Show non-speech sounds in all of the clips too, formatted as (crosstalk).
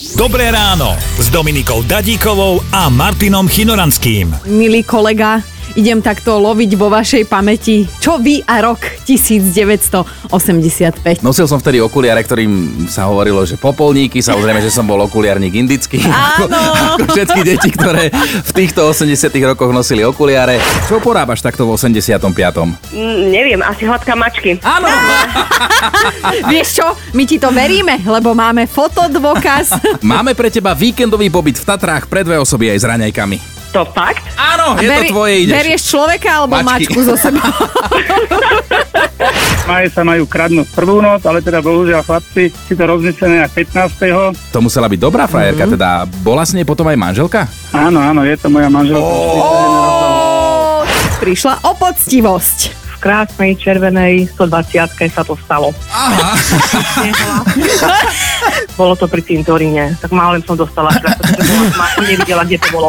Dobré ráno s Dominikou Dadíkovou a Martinom Chinoranským. milý kolega, idem takto loviť vo vašej pamäti, čo vy a rok 1985. Nosil som vtedy okuliare, ktorým sa hovorilo, že popolníky, samozrejme, že som bol okuliarník indický. (laughs) Áno. Ako, ako všetky deti, ktoré v týchto 80 rokoch nosili okuliare. Čo porábaš takto v 85 Mm, neviem, asi hladká mačky. Áno. Vieš čo, my ti to veríme, lebo máme fotodôkaz. Máme pre teba víkendový pobyt v Tatrách pre dve osoby aj s raňajkami. To fakt? Áno, (laughs) je to tvoje, ideš. berieš človeka alebo Mačky. mačku zo (laughs) seba. Maje sa majú kradnúť prvú noc, ale teda bohužiaľ chlapci si to rozmyslené na 15. To musela byť dobrá frajerka, mm-hmm. teda bola s nej potom aj manželka? Áno, áno, je to moja manželka. Prišla o poctivosť. V krásnej červenej 120 sa to stalo. Aha. bolo to pri cintoríne, tak málem som dostala šrap, pretože bola tma, som nevidela, kde to bolo.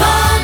Vlna.